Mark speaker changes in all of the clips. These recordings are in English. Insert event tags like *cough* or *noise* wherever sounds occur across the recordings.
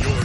Speaker 1: You're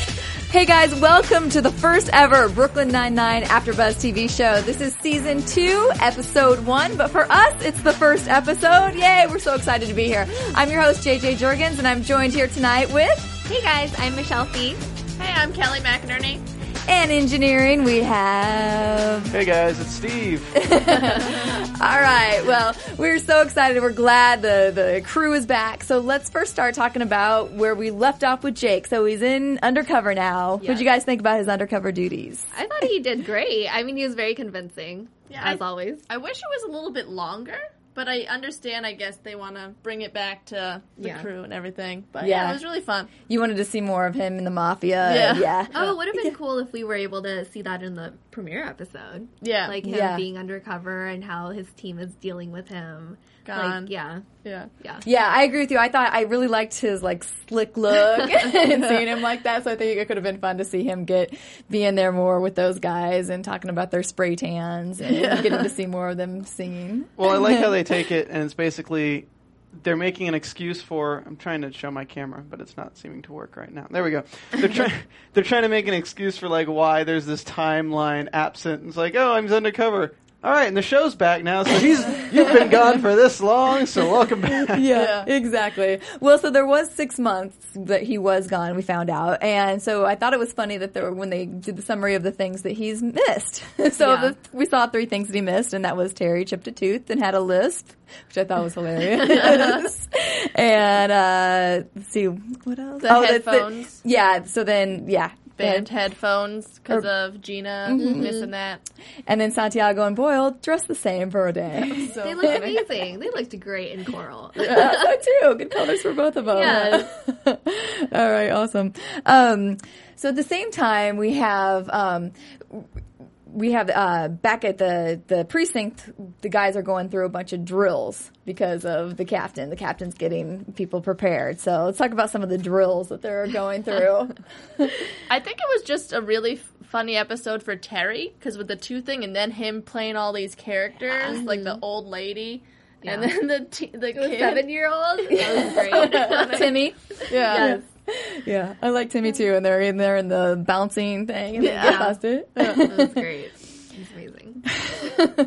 Speaker 2: Hey guys, welcome to the first ever Brooklyn Nine-Nine AfterBuzz TV show. This is season two, episode one, but for us, it's the first episode. Yay, we're so excited to be here. I'm your host, JJ Jurgens, and I'm joined here tonight with,
Speaker 3: Hey guys, I'm Michelle Fee. Hey, I'm Kelly McInerney.
Speaker 2: and engineering we have
Speaker 4: Hey guys, it's Steve.
Speaker 2: All right. Well, we're so excited. We're glad the, the crew is back. So let's first start talking about where we left off with Jake. So he's in undercover now. What'd you guys think about his undercover duties?
Speaker 3: I thought he did great. I mean, he was very convincing, as always.
Speaker 5: I wish it was a little bit longer, but I understand. I guess they want to bring it back to the
Speaker 3: Yeah.
Speaker 5: crew and everything. But yeah.
Speaker 2: Yeah.
Speaker 5: it was really fun.
Speaker 2: You wanted to see more of him in the mafia.
Speaker 5: Yeah.
Speaker 2: Yeah.
Speaker 3: Oh, it would have been cool if we were able to see that in the premiere episode.
Speaker 5: Yeah.
Speaker 3: Like him
Speaker 2: Yeah.
Speaker 3: being undercover and how his team is dealing with him.
Speaker 5: Gone.
Speaker 3: Like, yeah.
Speaker 5: Yeah,
Speaker 3: Yeah.
Speaker 2: Yeah, I agree with you. I thought I really liked his like slick look and seeing him like that. So I think it could have been fun to see him get be in there more with those guys and talking about their spray tans and getting to see more of them singing.
Speaker 4: *laughs* Well, I like how they take it, and it's basically they're making an excuse for. I'm trying to show my camera, but it's not seeming to work right now. There we go. They're *laughs* trying. they're trying to make an excuse for like why there's this timeline absent. It's like, oh, I'm undercover. All right, and the show's back now, so he's you've been gone for this long, so welcome
Speaker 5: *laughs*
Speaker 4: back.
Speaker 2: yeah, exactly. Well, so there was six months that he was gone. We found out, and so I thought it was funny that there were- when they did the summary of the things that he's missed. *laughs* so
Speaker 3: Yeah.
Speaker 2: the, we saw three things that he missed, and that was Terry chipped a tooth and had a lisp, which I thought was hilarious. and uh, let's see what else.
Speaker 5: The
Speaker 2: that's
Speaker 5: headphones.
Speaker 2: yeah. So then, yeah.
Speaker 5: band headphones because
Speaker 2: Or-
Speaker 5: of Gina missing that.
Speaker 2: And then Santiago and Boyle dressed the same for a day.
Speaker 5: So
Speaker 2: *laughs*
Speaker 3: They looked amazing. they looked great in coral. *laughs*
Speaker 2: I thought so too. Good colors for both of them. *laughs* All right, awesome. Um, so at the same time, we have um, we have uh, back at the the precinct. The guys are going through a bunch of drills because of the captain. The captain's getting people prepared. So let's talk about some of the drills that they're going
Speaker 3: *laughs*
Speaker 2: through.
Speaker 5: I think it was just a really f- funny episode for Terry because with the two thing and then him playing all these characters like the old lady and then the t- the kid.
Speaker 3: Seven year old. That was great.
Speaker 2: Timmy,
Speaker 5: yeah.
Speaker 2: yeah, I like Timmy too. And they're in there in the bouncing thing. And yeah,
Speaker 3: Yeah.
Speaker 2: busted. *laughs*
Speaker 3: that was great. He's amazing.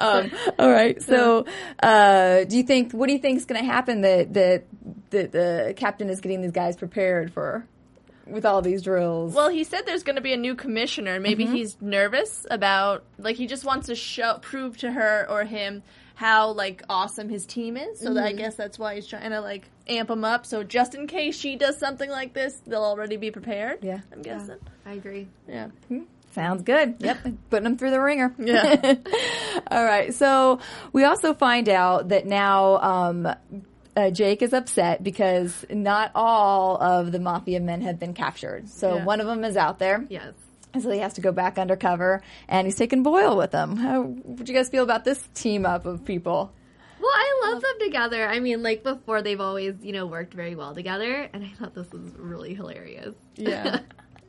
Speaker 2: Um, All right. So, uh, do you think? What do you think is going to happen? That that that the captain is getting these guys prepared for with all these drills.
Speaker 5: Well, he said there's going to be a new commissioner. Maybe he's nervous about like he just wants to show prove to her or him how like awesome his team is. So that- I guess that's why he's trying to like amp him up. So just in case she does something like this, they'll already be prepared.
Speaker 2: Yeah.
Speaker 5: I'm guessing.
Speaker 3: I agree.
Speaker 5: Yeah,
Speaker 2: Sounds good.
Speaker 5: *laughs*
Speaker 2: Yep, putting them through the ringer.
Speaker 5: yeah.
Speaker 2: *laughs* All right. So we also find out that now um, uh, Jake is upset because not all of the mafia men have been captured. So
Speaker 5: Yeah.
Speaker 2: one of them is out there.
Speaker 3: Yes.
Speaker 2: And so he has to go back undercover, and he's taking Boyle with him. How would you guys feel about this team up of people?
Speaker 3: Well, I love them together. I mean, like before, they've always, you know, worked very well together, and I thought this was really hilarious.
Speaker 5: yeah.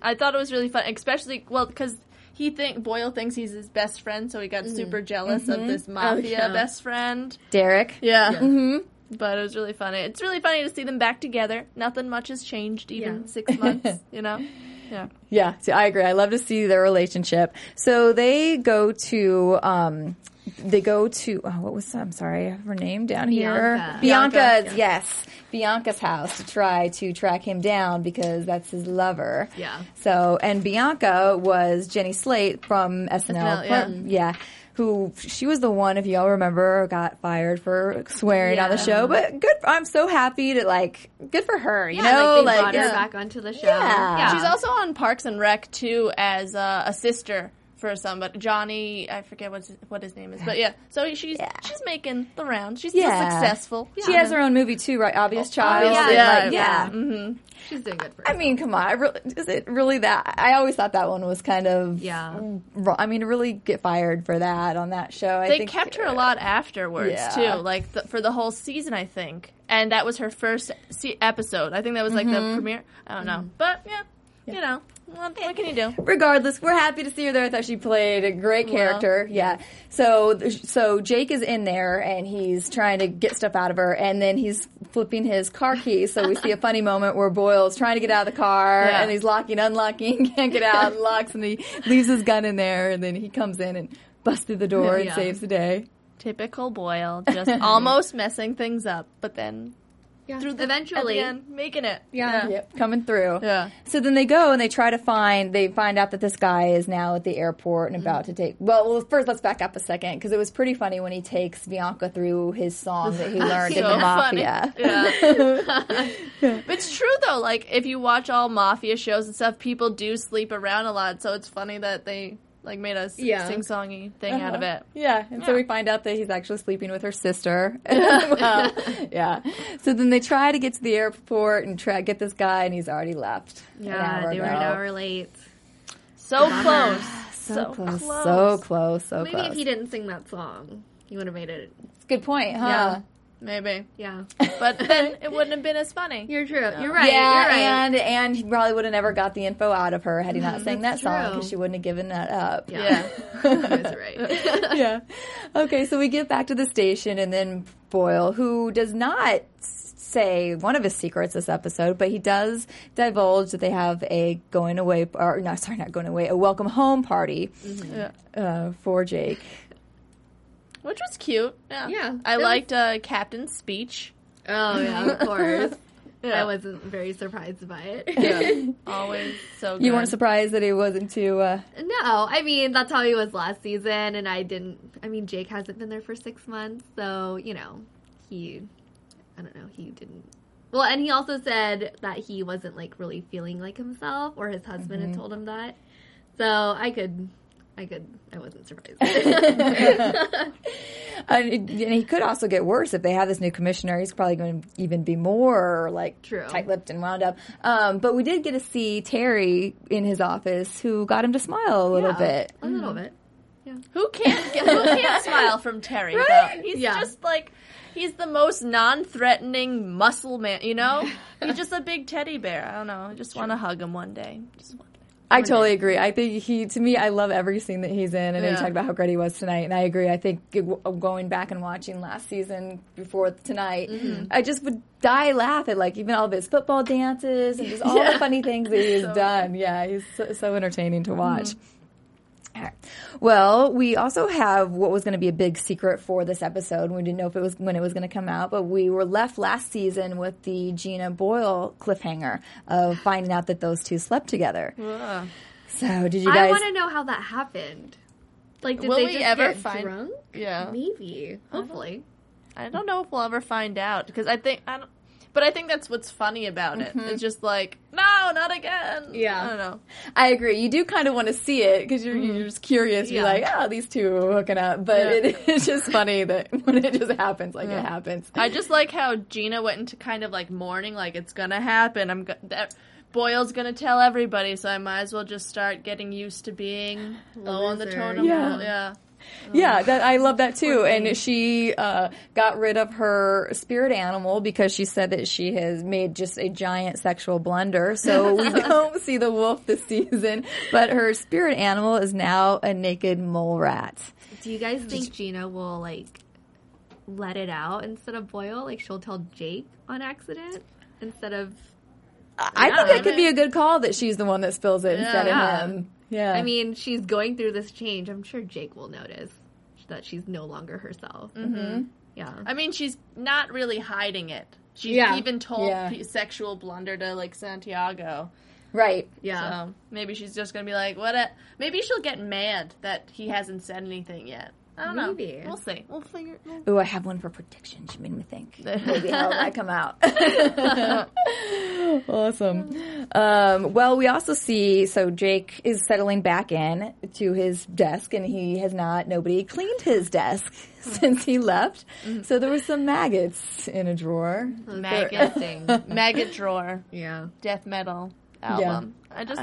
Speaker 5: I thought it was really fun, especially well because he think Boyle thinks he's his best friend, so he got super jealous of this mafia
Speaker 3: yeah.
Speaker 5: best friend.
Speaker 2: *laughs* Derek.
Speaker 5: Yeah. Mm-hmm. *laughs* But it was really funny. It's really funny to see them back together. Nothing much has changed, even
Speaker 3: Yeah.
Speaker 5: six *laughs* months, you know? Yeah.
Speaker 2: Yeah, see, I agree. I love to see their relationship. So they go to, um, they go to, oh, what was, I'm sorry, I have her name down here.
Speaker 3: Bianca.
Speaker 2: Bianca's, yes. Bianca's house to try to track him down because that's his lover.
Speaker 3: Yeah.
Speaker 2: So, and Bianca was Jenny Slate from SNL.
Speaker 5: SNL, yeah.
Speaker 2: yeah. who she was the one, if y'all remember, got fired for swearing on the
Speaker 3: Yeah.
Speaker 2: show. But good, I'm so happy to like, good for her. You
Speaker 3: Yeah,
Speaker 2: know,
Speaker 3: like they brought her
Speaker 2: yeah.
Speaker 3: back onto the show.
Speaker 2: Yeah.
Speaker 5: She's also on Parks and Rec too as uh, a sister for somebody. Johnny, I forget what's, what his name is, but yeah. So she's she's making the rounds. She's
Speaker 2: Yeah.
Speaker 5: still successful.
Speaker 2: She has her own movie too, right? Obvious Child.
Speaker 3: yeah,
Speaker 2: and,
Speaker 5: Oh, yeah, Mm-hmm.
Speaker 2: like,
Speaker 3: yeah.
Speaker 2: yeah.
Speaker 3: she's doing good for.
Speaker 2: I mean, come on. I really, is it really that? I always thought that one was kind of
Speaker 3: Yeah.
Speaker 2: wrong. I mean, to really get fired for that on that show. I
Speaker 5: They
Speaker 2: think,
Speaker 5: kept her a lot afterwards
Speaker 2: Yeah.
Speaker 5: too, like th- for the whole season, I think. And that was her first se- episode. I think that was like
Speaker 2: Mm-hmm.
Speaker 5: the premiere. I don't know, but yeah, you know, what, what can you do?
Speaker 2: Regardless, we're happy to see her there. I thought she played a great character. yeah. So, so Jake is in there and he's trying to get stuff out of her, and then he's flipping his car keys. So we see a funny moment where Boyle's trying to get out of the car,
Speaker 5: Yeah.
Speaker 2: and he's locking, unlocking, *laughs* can't get out, locks, and he leaves his gun in there, and then he comes in and busts through the door and
Speaker 3: Yeah.
Speaker 2: saves the day.
Speaker 3: *laughs*
Speaker 5: Typical Boyle, just almost messing things up, but then
Speaker 3: yeah.
Speaker 5: through the
Speaker 3: eventually.
Speaker 5: at the end, making it.
Speaker 3: Yeah.
Speaker 2: Yep, coming through.
Speaker 5: Yeah.
Speaker 2: So then they go and they try to find. They find out that this guy is now at the airport and about to take. Well, well, first let's back up a second because it was pretty funny when he takes Bianca through his song that he learned in
Speaker 5: So
Speaker 2: the
Speaker 5: funny.
Speaker 2: mafia.
Speaker 5: But it's true though. Like if you watch all mafia shows and stuff, people do sleep around a lot. So it's funny that they like made a s-
Speaker 3: Yeah. Uh-huh.
Speaker 5: sing-songy thing out of it.
Speaker 2: Yeah, and so
Speaker 5: Yeah.
Speaker 2: we find out that he's actually sleeping with her sister. *laughs* Well, yeah. So then they try to get to the airport and try get this guy, and he's already left. an
Speaker 3: Yeah,
Speaker 2: hour
Speaker 3: they were
Speaker 2: ago.
Speaker 3: an hour late.
Speaker 5: So
Speaker 3: Ah,
Speaker 5: close, so,
Speaker 2: So
Speaker 5: close.
Speaker 2: close, so close, so
Speaker 3: Maybe
Speaker 2: close.
Speaker 3: if he didn't sing that song, he would have made it.
Speaker 2: Good point, huh?
Speaker 5: Yeah, maybe.
Speaker 3: Yeah,
Speaker 5: But then it wouldn't have been as funny.
Speaker 3: you're true. You're right.
Speaker 2: yeah,
Speaker 3: you're right.
Speaker 2: and and he probably would have never got the info out of her had he not sang that
Speaker 3: Mm, that's
Speaker 2: song
Speaker 3: true.
Speaker 2: because she wouldn't have given that up.
Speaker 3: yeah, *laughs* you guys are right.
Speaker 2: *laughs*
Speaker 3: *laughs*
Speaker 2: yeah. Okay, so we get back to the station, and then Boyle, who does not s- say one of his secrets this episode, but he does divulge that they have a going away, or no, sorry, not going away, a welcome home party
Speaker 5: Yeah.
Speaker 3: Mm-hmm.
Speaker 2: uh, for Jake.
Speaker 5: Which was cute. Yeah.
Speaker 3: Yeah,
Speaker 5: I
Speaker 3: it was-
Speaker 5: liked uh, Captain's speech.
Speaker 3: Oh yeah, of course.
Speaker 5: Yeah.
Speaker 3: I wasn't very surprised by it. *laughs*
Speaker 5: Always so good.
Speaker 2: You weren't surprised that he wasn't too. Uh,
Speaker 3: no, I mean that's how he was last season, and I didn't. I mean Jake hasn't been there for six months, so you know he. I don't know. He didn't. Well, and he also said that he wasn't like really feeling like himself, or his husband
Speaker 5: Mm-hmm.
Speaker 3: had told him that. So I could, I could, I wasn't
Speaker 5: *laughs*
Speaker 3: surprised.
Speaker 2: *laughs* and, it- and he could also get worse if they have this new commissioner. He's probably going to even be more like
Speaker 3: True.
Speaker 2: tight-lipped and wound up. Um, but we did get to see Terry in his office, who got him to smile a little
Speaker 3: Yeah,
Speaker 2: bit.
Speaker 3: a little bit.
Speaker 5: Who can't get, who can't smile from Terry? Though? He's
Speaker 3: Yeah.
Speaker 5: just like he's the most non-threatening muscle man. You know, he's just a big teddy bear. I don't know. I just want to hug him one day. Just one day.
Speaker 2: I totally agree. I think he, to me, I love every scene that he's in. I know you
Speaker 5: Yeah.
Speaker 2: talked about how great he was tonight, and I agree. I think it- going back and watching last season before tonight, I just would die laugh at like even all of his football dances and just all the funny things that he's done. Yeah, he's so, so entertaining to watch. All right. Well, we also have what was going to be a big secret for this episode. We didn't know if it was when it was going to come out, but we were left last season with the Gina Boyle cliffhanger of finding out that those two slept together.
Speaker 5: Ugh.
Speaker 2: So did you
Speaker 3: I
Speaker 2: guys?
Speaker 3: want to know how that happened. Like, did
Speaker 5: Will
Speaker 3: they
Speaker 5: we
Speaker 3: just
Speaker 5: ever
Speaker 3: get
Speaker 5: find- Oh.
Speaker 3: drunk?
Speaker 5: Yeah.
Speaker 3: Maybe. Hopefully.
Speaker 5: I don't know if we'll ever find out because I think I don't. But I think that's what's funny about it. It's just like, no, not again.
Speaker 3: Yeah.
Speaker 5: I don't know.
Speaker 2: I agree. You do kind of want to see it because you're, you're just curious. You're
Speaker 3: Mm-hmm. Yeah.
Speaker 2: like, oh, these two are hooking up. But
Speaker 5: Yeah.
Speaker 2: it, it's *laughs* just funny that when it just happens, like it happens.
Speaker 5: I just like how Gina went into kind of like mourning, like it's gonna happen. I'm go- that Boyle's gonna tell everybody, so I might as well just start getting used to being low on the
Speaker 3: loser,
Speaker 5: totem
Speaker 2: yeah.
Speaker 5: pole. Yeah,
Speaker 2: yeah, that, I love that too. And she uh, got rid of her spirit animal because she said that she has made just a giant sexual blunder.
Speaker 3: *laughs*
Speaker 2: So we don't see the wolf this season, but her spirit animal is now a naked mole rat.
Speaker 3: Do you guys think Gina will like let it out instead of Boyle? Like she'll tell Jake on accident instead of.
Speaker 2: I think
Speaker 5: Yeah.
Speaker 2: that could be a good call that she's the one that spills it instead
Speaker 3: Yeah.
Speaker 2: of him. Yeah.
Speaker 3: I mean, she's going through this change. I'm sure Jake will notice that she's no longer herself. Mm-hmm. Yeah.
Speaker 5: I mean she's not really hiding it. Uh, She's
Speaker 3: Yeah.
Speaker 5: even told
Speaker 2: Yeah.
Speaker 5: p- sexual blunder to like Santiago.
Speaker 2: right.
Speaker 3: Yeah.
Speaker 5: So maybe she's just gonna be like, what? A- maybe she'll get mad that he hasn't said anything yet. I don't know.
Speaker 3: Maybe.
Speaker 5: We'll see. We'll figure. We'll
Speaker 2: Ooh, I have one for prediction. She made me think. Maybe how I come out. *laughs* awesome. Um, well, we also see so Jake is settling back in to his desk, and he has not nobody cleaned his desk *laughs* since he left. So there were some maggots in a drawer.
Speaker 3: *laughs*
Speaker 5: Mm-hmm. maggot thing. Maggot drawer.
Speaker 3: Yeah.
Speaker 5: Death metal album. I just.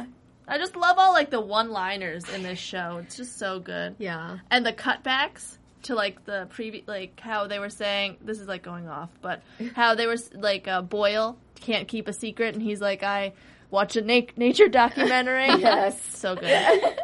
Speaker 5: I just love all like the one-liners in this show. It's just so good.
Speaker 3: Yeah.
Speaker 5: and the cutbacks to like the previous like how they were saying this is like going off but how they were s- like uh, boyle can't keep a secret and he's like i watch a na- nature documentary
Speaker 2: Yes.
Speaker 5: so good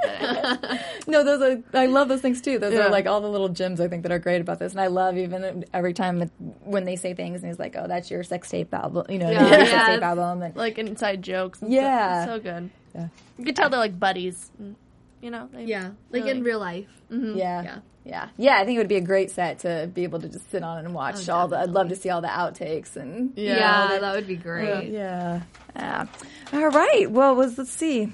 Speaker 2: No, those are, I love those things too. Those
Speaker 5: Yeah.
Speaker 2: are like all the little gems I think that are great about this. And I love even every time it- when they say things and he's like, oh, that's your sex tape album, you know,
Speaker 3: Yeah.
Speaker 2: your sex
Speaker 5: Yes.
Speaker 2: tape album. And
Speaker 5: like inside jokes and
Speaker 2: Yeah.
Speaker 5: stuff. It's so good
Speaker 2: Yeah.
Speaker 5: you could tell they're like buddies and, you know they,
Speaker 3: Yeah. Like in real life.
Speaker 2: yeah.
Speaker 3: Yeah.
Speaker 2: yeah. Yeah. I think it would be a great set to be able to just sit on and watch all the, I'd love to see all the outtakes and.
Speaker 3: Oh, Yeah.
Speaker 5: Yeah.
Speaker 3: that would be great.
Speaker 2: Yeah. Yeah. All right. Well, was, let's see.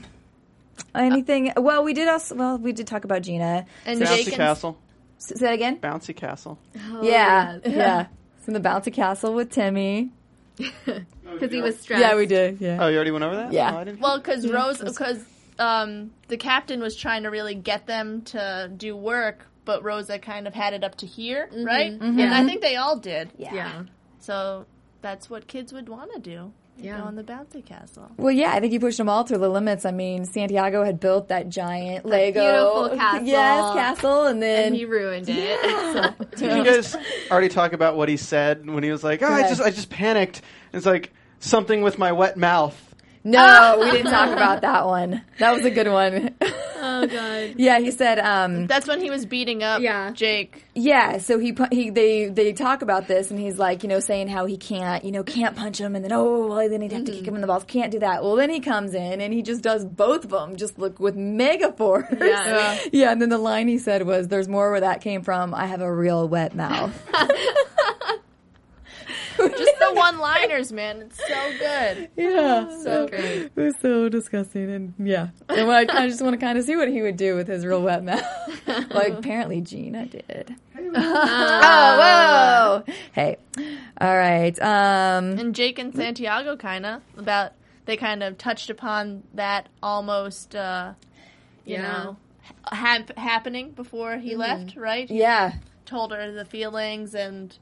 Speaker 2: Anything? Well, we did also, well, we did talk about Gina.
Speaker 5: and
Speaker 4: Bouncy
Speaker 5: jake and
Speaker 4: Castle.
Speaker 2: S- Say that again?
Speaker 4: Bouncy Castle.
Speaker 3: Oh,
Speaker 2: yeah.
Speaker 3: yes.
Speaker 2: *laughs*
Speaker 3: *laughs*
Speaker 2: Yeah. It's in the Bouncy Castle with Timmy.
Speaker 3: Because he was stressed.
Speaker 2: Yeah, we did. Yeah.
Speaker 4: Oh, you already went over that?
Speaker 2: Yeah.
Speaker 4: Oh, I didn't
Speaker 5: well because rose
Speaker 2: that's-
Speaker 5: because um, the captain was trying to really get them to do work but rosa kind of had it up to here right and i think they all did
Speaker 2: Mm-hmm, Yeah.
Speaker 3: Yeah.
Speaker 5: So that's what kids would want to do.
Speaker 3: Yeah.
Speaker 5: Yeah. Go on the bouncy castle.
Speaker 2: Well, yeah, I think you pushed them all to the limits. I mean, Santiago had built that giant Lego
Speaker 3: beautiful
Speaker 2: *laughs*
Speaker 3: castle.
Speaker 2: yes, castle, and then
Speaker 3: And he ruined it. *laughs*
Speaker 2: *laughs*
Speaker 4: Did you guys already talk about what he said when he was like, oh, I
Speaker 2: Good.
Speaker 4: just I just panicked. It's like something with my wet mouth.
Speaker 5: *laughs*
Speaker 2: no, we didn't talk about that one. That was a good one.
Speaker 3: oh god.
Speaker 2: yeah, he said, um,
Speaker 5: That's when he was beating up
Speaker 3: Yeah.
Speaker 2: *laughs*
Speaker 5: Jake.
Speaker 2: yeah. So he pu- he they they talk about this, and he's like, you know, saying how he can't, you know, can't punch him, and then oh, well, then he'd have to
Speaker 5: Mm-hmm.
Speaker 2: kick him in the balls. Can't do that. Well, then he comes in and he just does both of them, just look with mega force.
Speaker 3: Yeah.
Speaker 2: *laughs* yeah. And then the line he said was, "There's more where that came from. I have a real wet mouth."
Speaker 5: *laughs* Just
Speaker 2: *laughs*
Speaker 5: the one liners, man. It's so good.
Speaker 2: Yeah.
Speaker 5: So great.
Speaker 2: It was so disgusting, and yeah. And when I, I just want to kind of see what he would do with his real wet
Speaker 5: *laughs*
Speaker 2: mouth. like apparently Gina did.
Speaker 5: Um,
Speaker 2: oh, whoa! Hey, all right. Um,
Speaker 5: And Jake and Santiago kind of about they kind of touched upon that almost uh you
Speaker 3: Yeah.
Speaker 5: know hap- happening before he
Speaker 2: Mm-hmm.
Speaker 5: left, right?
Speaker 2: yeah,
Speaker 5: Told her the feelings and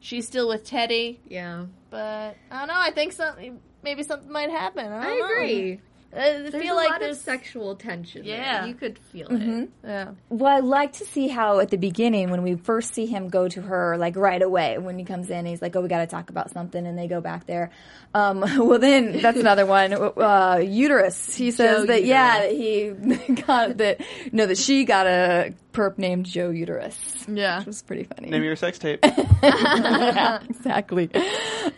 Speaker 5: she's still with Teddy,
Speaker 3: Yeah.
Speaker 5: but I don't know, I think something maybe something might happen. I,
Speaker 3: I
Speaker 5: don't know.
Speaker 3: agree.
Speaker 5: I
Speaker 3: There's a
Speaker 5: feel like
Speaker 3: lot
Speaker 5: there's
Speaker 3: of sexual tension. there.
Speaker 5: Yeah.
Speaker 3: You could feel it.
Speaker 5: yeah.
Speaker 2: Well, I like to see how at the beginning when we first see him go to her, like right away when he comes in, he's like, "Oh, we got to talk about something," and they go back there. Um, *laughs* well, then that's another one. Uh, uterus. He says
Speaker 3: Joe
Speaker 2: that yeah, that he *laughs* got that. No, that she got a perp named Joe Uterus.
Speaker 5: Yeah.
Speaker 2: Which was pretty funny.
Speaker 4: Name your sex tape.
Speaker 2: yeah, *laughs* exactly.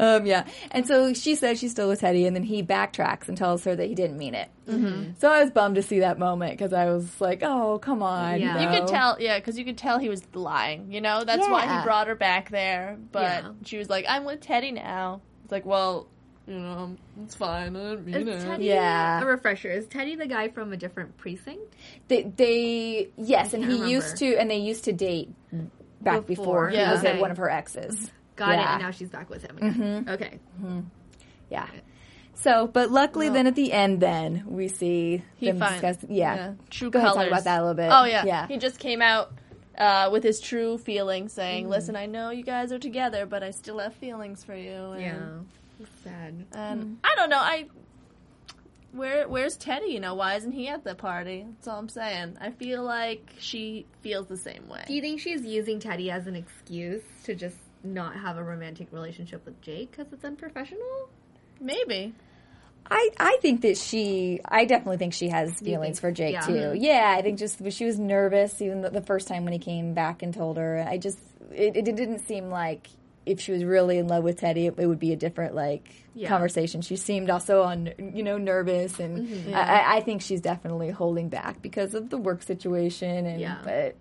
Speaker 2: Um, yeah, and so she says she's still with Teddy, and then he backtracks and tells her that he didn't mean it.
Speaker 5: Mm-hmm.
Speaker 2: So I was bummed to see that moment because I was like, "Oh, come on!"
Speaker 3: Yeah.
Speaker 5: You
Speaker 2: no.
Speaker 5: could tell, yeah, because you could tell he was lying. You know, that's why
Speaker 2: Yeah.
Speaker 5: he brought her back there. But
Speaker 3: Yeah.
Speaker 5: she was like, "I'm with Teddy now." It's like, well, you know, it's fine. I didn't mean
Speaker 3: Is
Speaker 5: it.
Speaker 3: Teddy
Speaker 2: Yeah.
Speaker 3: a refresher? Is Teddy the guy from a different precinct?
Speaker 2: They, they yes, and he
Speaker 3: can't
Speaker 2: used to, and they used to date back before.
Speaker 3: Before.
Speaker 2: He
Speaker 5: Yeah.
Speaker 2: was at
Speaker 3: Okay.
Speaker 2: one of her exes.
Speaker 3: Got it.
Speaker 2: Yeah.
Speaker 3: And now she's back with him. Again. Okay.
Speaker 2: Yeah. So, but luckily, then at the end, then we see
Speaker 5: He
Speaker 2: them
Speaker 5: fin-
Speaker 2: discuss. Yeah.
Speaker 5: true
Speaker 2: Go ahead,
Speaker 5: colors.
Speaker 2: talk about that a little bit.
Speaker 5: Oh yeah,
Speaker 2: Yeah.
Speaker 5: He just came out uh, with his true feelings,
Speaker 2: Mm.
Speaker 5: saying, "Listen, I know you guys are together, but I still have feelings for you." And,
Speaker 3: Yeah. It's sad.
Speaker 5: and I don't know. I where where's Teddy? You know, why isn't he at the party? That's all I'm saying. I feel like she feels the same way.
Speaker 3: Do you think she's using Teddy as an excuse to just not have a romantic relationship with Jake because it's unprofessional?
Speaker 5: Maybe.
Speaker 2: I, I think that she, I definitely think she has feelings for Jake
Speaker 3: yeah.
Speaker 2: too. Yeah, I think just she was nervous even the, the first time when he came back and told her. I just, it, it didn't seem like if she was really in love with Teddy, it, it would be a different like
Speaker 3: Yeah.
Speaker 2: conversation. She seemed also on, you know, nervous, and I, I- I think she's definitely holding back because of the work situation. And
Speaker 3: Yeah.
Speaker 2: but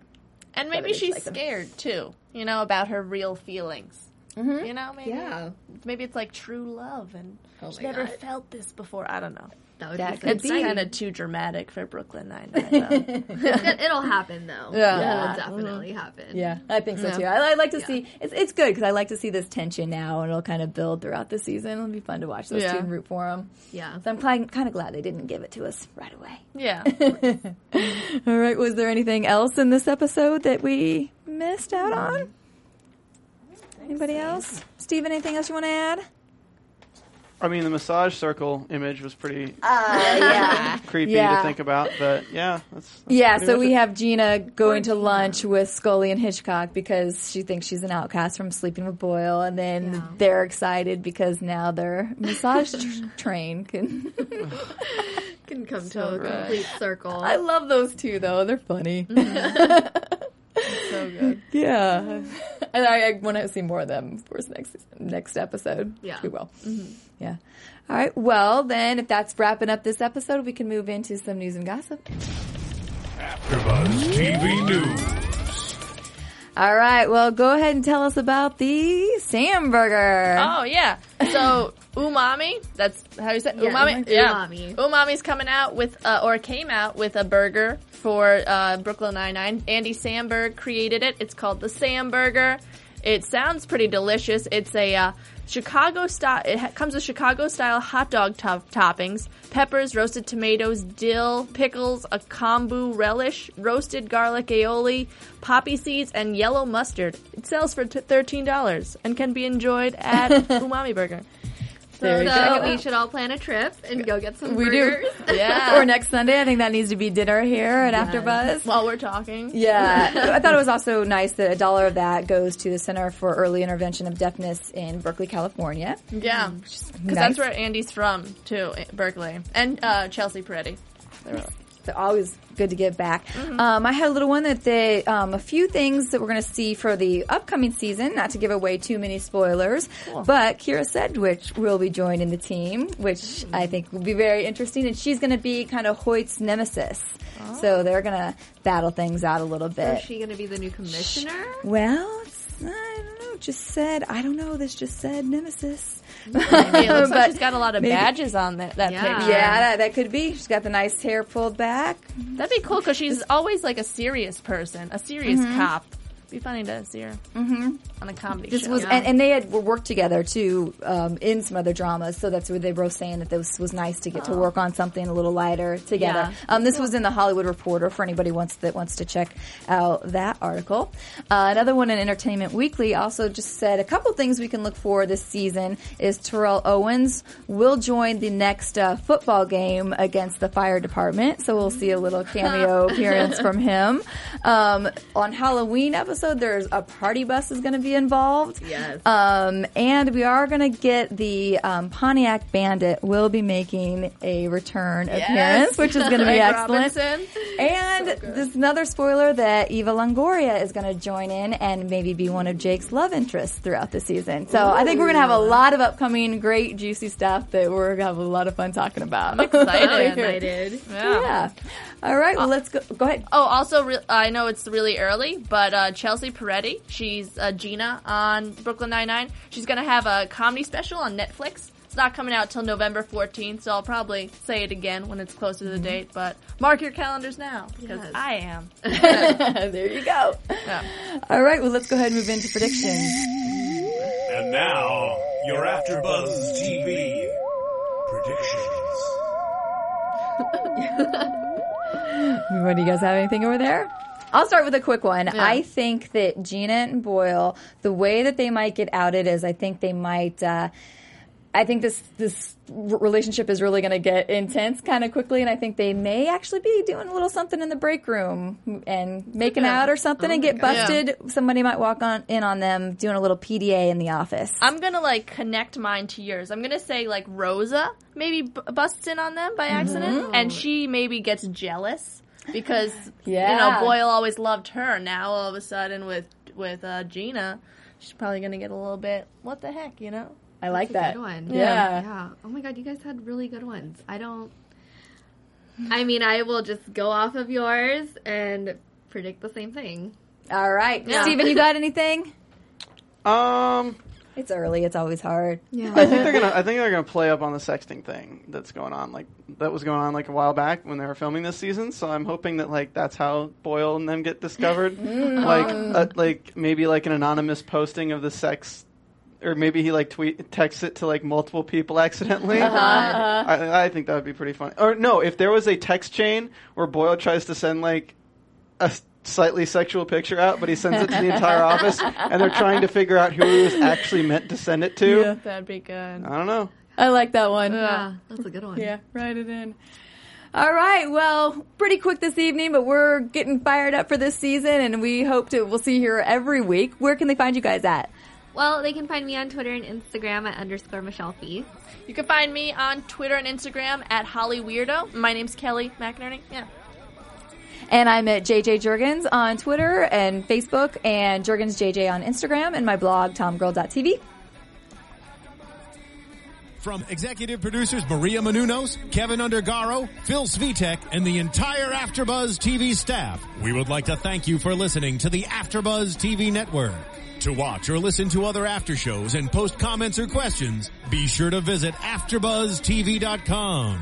Speaker 5: And maybe
Speaker 2: it's
Speaker 5: she's
Speaker 2: like a-
Speaker 5: scared too, you know, about her real feelings. You know, maybe
Speaker 3: Mm-hmm. Yeah.
Speaker 5: maybe it's like true love, and
Speaker 3: Oh
Speaker 5: she's
Speaker 3: my
Speaker 5: never
Speaker 3: God.
Speaker 5: felt this before. I don't know.
Speaker 3: That would
Speaker 2: That
Speaker 3: be
Speaker 2: could
Speaker 5: It's
Speaker 3: it's
Speaker 2: be.
Speaker 5: kind of too dramatic for Brooklyn Nine.
Speaker 3: *laughs*
Speaker 5: Nine.
Speaker 3: It'll happen though.
Speaker 2: Yeah.
Speaker 3: It'll definitely happen.
Speaker 2: Yeah, I think so too. I, I like to see it's it's good because I like to see this tension now, and it'll kind of build throughout the season. It'll be fun to watch those
Speaker 5: Yeah.
Speaker 2: two and root for them.
Speaker 3: Yeah.
Speaker 2: So I'm kind kind of glad they didn't give it to us right away.
Speaker 5: yeah,
Speaker 2: *laughs* All right, was there anything else in this episode that we missed out on? Anybody else? Steve, anything else you want to add?
Speaker 4: I mean, the massage circle image was pretty
Speaker 2: yeah.
Speaker 4: *laughs* creepy
Speaker 2: Yeah.
Speaker 4: to think about, but yeah, that's, that's
Speaker 2: Yeah,
Speaker 4: pretty
Speaker 2: so
Speaker 4: much
Speaker 2: we
Speaker 4: it.
Speaker 2: have Gina going to lunch with Scully and Hitchcock because she thinks she's an outcast from sleeping with Boyle, and then
Speaker 3: Yeah.
Speaker 2: they're excited because now their massage tr- train *laughs* can.
Speaker 3: Can come
Speaker 5: So
Speaker 3: to a
Speaker 5: good.
Speaker 3: complete *laughs* circle.
Speaker 2: I love those two though; they're funny.
Speaker 5: Mm-hmm. *laughs* so good.
Speaker 2: Yeah, and I, I want to see more of them, of course, next next episode.
Speaker 3: Yeah.
Speaker 2: we will.
Speaker 5: Mm-hmm.
Speaker 2: Yeah. All right. Well, then, if that's wrapping up this episode, we can move into some news and gossip.
Speaker 1: AfterBuzz TV News.
Speaker 2: All right. Well, go ahead and tell us about the Sam Burger.
Speaker 5: Oh yeah.
Speaker 3: *laughs*
Speaker 5: So umami. That's how you say it?
Speaker 3: Yeah,
Speaker 5: *laughs* umami.
Speaker 3: umami. Umami.
Speaker 5: Umami's coming out with uh, or came out with a burger for uh, Brooklyn Nine Nine. Andy Samberg created it. It's called the Sam Burger. It sounds pretty delicious. It's a uh, Chicago style. It ha- comes with Chicago style hot dog top- toppings, peppers, roasted tomatoes, dill, pickles, a kombu relish, roasted garlic aioli, poppy seeds, and yellow mustard. It sells for t- thirteen dollars and can be
Speaker 3: *laughs*
Speaker 5: enjoyed at Umami Burger.
Speaker 2: There you
Speaker 3: so
Speaker 2: go.
Speaker 3: we should all plan a trip and go get some
Speaker 2: We do.
Speaker 3: burgers.
Speaker 2: *laughs*
Speaker 5: Yeah.
Speaker 2: or next Sunday. I think that needs to be dinner here at After AfterBuzz.
Speaker 5: while we're talking.
Speaker 2: Yeah, I thought it was also nice that a dollar of that goes to the Center for Early Intervention of Deafness in Berkeley, California.
Speaker 5: Yeah.
Speaker 3: Mm.
Speaker 5: Because
Speaker 2: Nice.
Speaker 5: that's where Andy's from, too, eh, Berkeley. And uh,
Speaker 2: *laughs*
Speaker 5: Chelsea Peretti.
Speaker 2: They're always good to give back. Um, I had a little one that they, um, a few things that we're going to see for the upcoming season, not to give away too many spoilers, but Kira Sedgwick will be joining the team, which I think will be very interesting. And she's going to be kind of Hoyt's nemesis. So they're going to battle things out a little bit.
Speaker 3: Is she going to be the new commissioner?
Speaker 2: Well, it's, I don't know. it Just said, I don't know. This just said Nemesis.
Speaker 5: Hey, it looks like
Speaker 2: But
Speaker 5: she's got a lot of
Speaker 2: maybe-
Speaker 5: badges on that, that
Speaker 3: Yeah.
Speaker 5: picture.
Speaker 2: Yeah, that, that could be. She's got the nice hair pulled back.
Speaker 5: That'd be cool because she's always like a serious person, a serious
Speaker 2: Mm-hmm.
Speaker 5: cop. Be funny to see her on a comedy
Speaker 2: This
Speaker 5: show.
Speaker 2: was, and, and they had worked together too um, in some other dramas, so that's where they were both saying that this was nice to get to work on something a little lighter together.
Speaker 5: Yeah.
Speaker 2: Um, this was in the Hollywood Reporter for anybody wants that wants to check out that article. Uh, another one in Entertainment Weekly also just said a couple things we can look for this season is Terrell Owens will join the next uh, football game against the fire department, so we'll see a little cameo appearance from him. Um, on Halloween episode, there's a party bus is going to be involved.
Speaker 3: Yes.
Speaker 2: Um, and we are going to get the um, Pontiac Bandit will be making a return appearance, which is going to be
Speaker 5: *laughs* Craig
Speaker 2: excellent.
Speaker 5: Robinson.
Speaker 2: And there's another spoiler that Eva Longoria is going to join in and maybe be one of Jake's love interests throughout the season. So I think we're going to have a lot of upcoming great juicy stuff that we're going to have a lot of fun talking about. *laughs*
Speaker 3: I'm
Speaker 5: Excited.
Speaker 3: excited.
Speaker 5: Yeah.
Speaker 2: yeah. All right. Well, let's go. Go ahead.
Speaker 5: Oh, also, re- I know it's really early, but uh, Chelsea Peretti, she's uh, Gina on Brooklyn Nine Nine. She's gonna have a comedy special on Netflix. It's not coming out till November 14th, so I'll probably say it again when it's closer to
Speaker 2: Mm-hmm.
Speaker 5: the date. But mark your calendars now because
Speaker 3: Yes.
Speaker 5: I am.
Speaker 2: there you go.
Speaker 5: Yeah.
Speaker 2: All right. Well, let's go ahead and move into predictions.
Speaker 1: And now, your AfterBuzz TV predictions.
Speaker 2: What do you guys have anything over there? I'll start with a quick one. I think that Gina and Boyle, the way that they might get outed is, I think they might. Uh, I think this this r- relationship is really going to get intense kind of quickly, and I think they may actually be doing a little something in the break room and making out or something
Speaker 5: Oh
Speaker 2: and get busted. Somebody might walk on in on them doing a little PDA in the office.
Speaker 5: I'm gonna like connect mine to yours. I'm gonna say like Rosa maybe b- busts in on them by
Speaker 2: Mm-hmm.
Speaker 5: accident, and she maybe gets jealous
Speaker 2: *laughs*
Speaker 5: because you
Speaker 2: Yeah.
Speaker 5: know Boyle always loved her. Now all of a sudden with with uh, Gina, she's probably gonna get a little bit. What the heck, you know?
Speaker 2: I like that.
Speaker 3: Good one.
Speaker 2: Yeah.
Speaker 3: Yeah. Oh my god, you guys had really good ones. I don't. I mean, I will just go off of yours and predict the same thing.
Speaker 2: All right,
Speaker 5: Yeah.
Speaker 2: Steven, you got anything?
Speaker 4: Um,
Speaker 2: It's early. It's always hard.
Speaker 4: I
Speaker 3: Yeah.
Speaker 4: think they're gonna. I think they're gonna play up on the sexting thing that's going on. Like that was going on like a while back when they were filming this season. So I'm hoping that like that's how Boyle and them get discovered. Like uh, like maybe like an anonymous posting of the sex, or maybe he like tweet texts it to like multiple people accidentally. I, I think that would be pretty funny. Or no, if there was a text chain where Boyle tries to send like a s- slightly sexual picture out, but he sends it to the entire office, and they're trying to figure out who it was actually meant to send it to.
Speaker 2: Yeah.
Speaker 5: That'd be good.
Speaker 4: I don't know.
Speaker 2: I like that one.
Speaker 3: *laughs* *laughs* yeah, that's a good one.
Speaker 5: Yeah, write it in.
Speaker 2: All right. Well, pretty quick this evening, but we're getting fired up for this season, and we hope to we'll see you here every week. Where can they find you guys at?
Speaker 3: Well, they can find me on Twitter and Instagram at underscore Michelle Fee.
Speaker 5: You can find me on Twitter and Instagram at Holly Weirdo. My name's Kelly McNerney. Yeah.
Speaker 2: And I'm at JJ Jurgens on Twitter and Facebook, and Jurgens JJ on Instagram, and my blog TomGirl.tv.
Speaker 1: From executive producers Maria Manunos, Kevin Undergaro, Phil Svitek, and the entire Afterbuzz TV staff, we would like to thank you for listening to the Afterbuzz TV network. To watch or listen to other after shows and post comments or questions, be sure to visit AfterbuzzTV.com.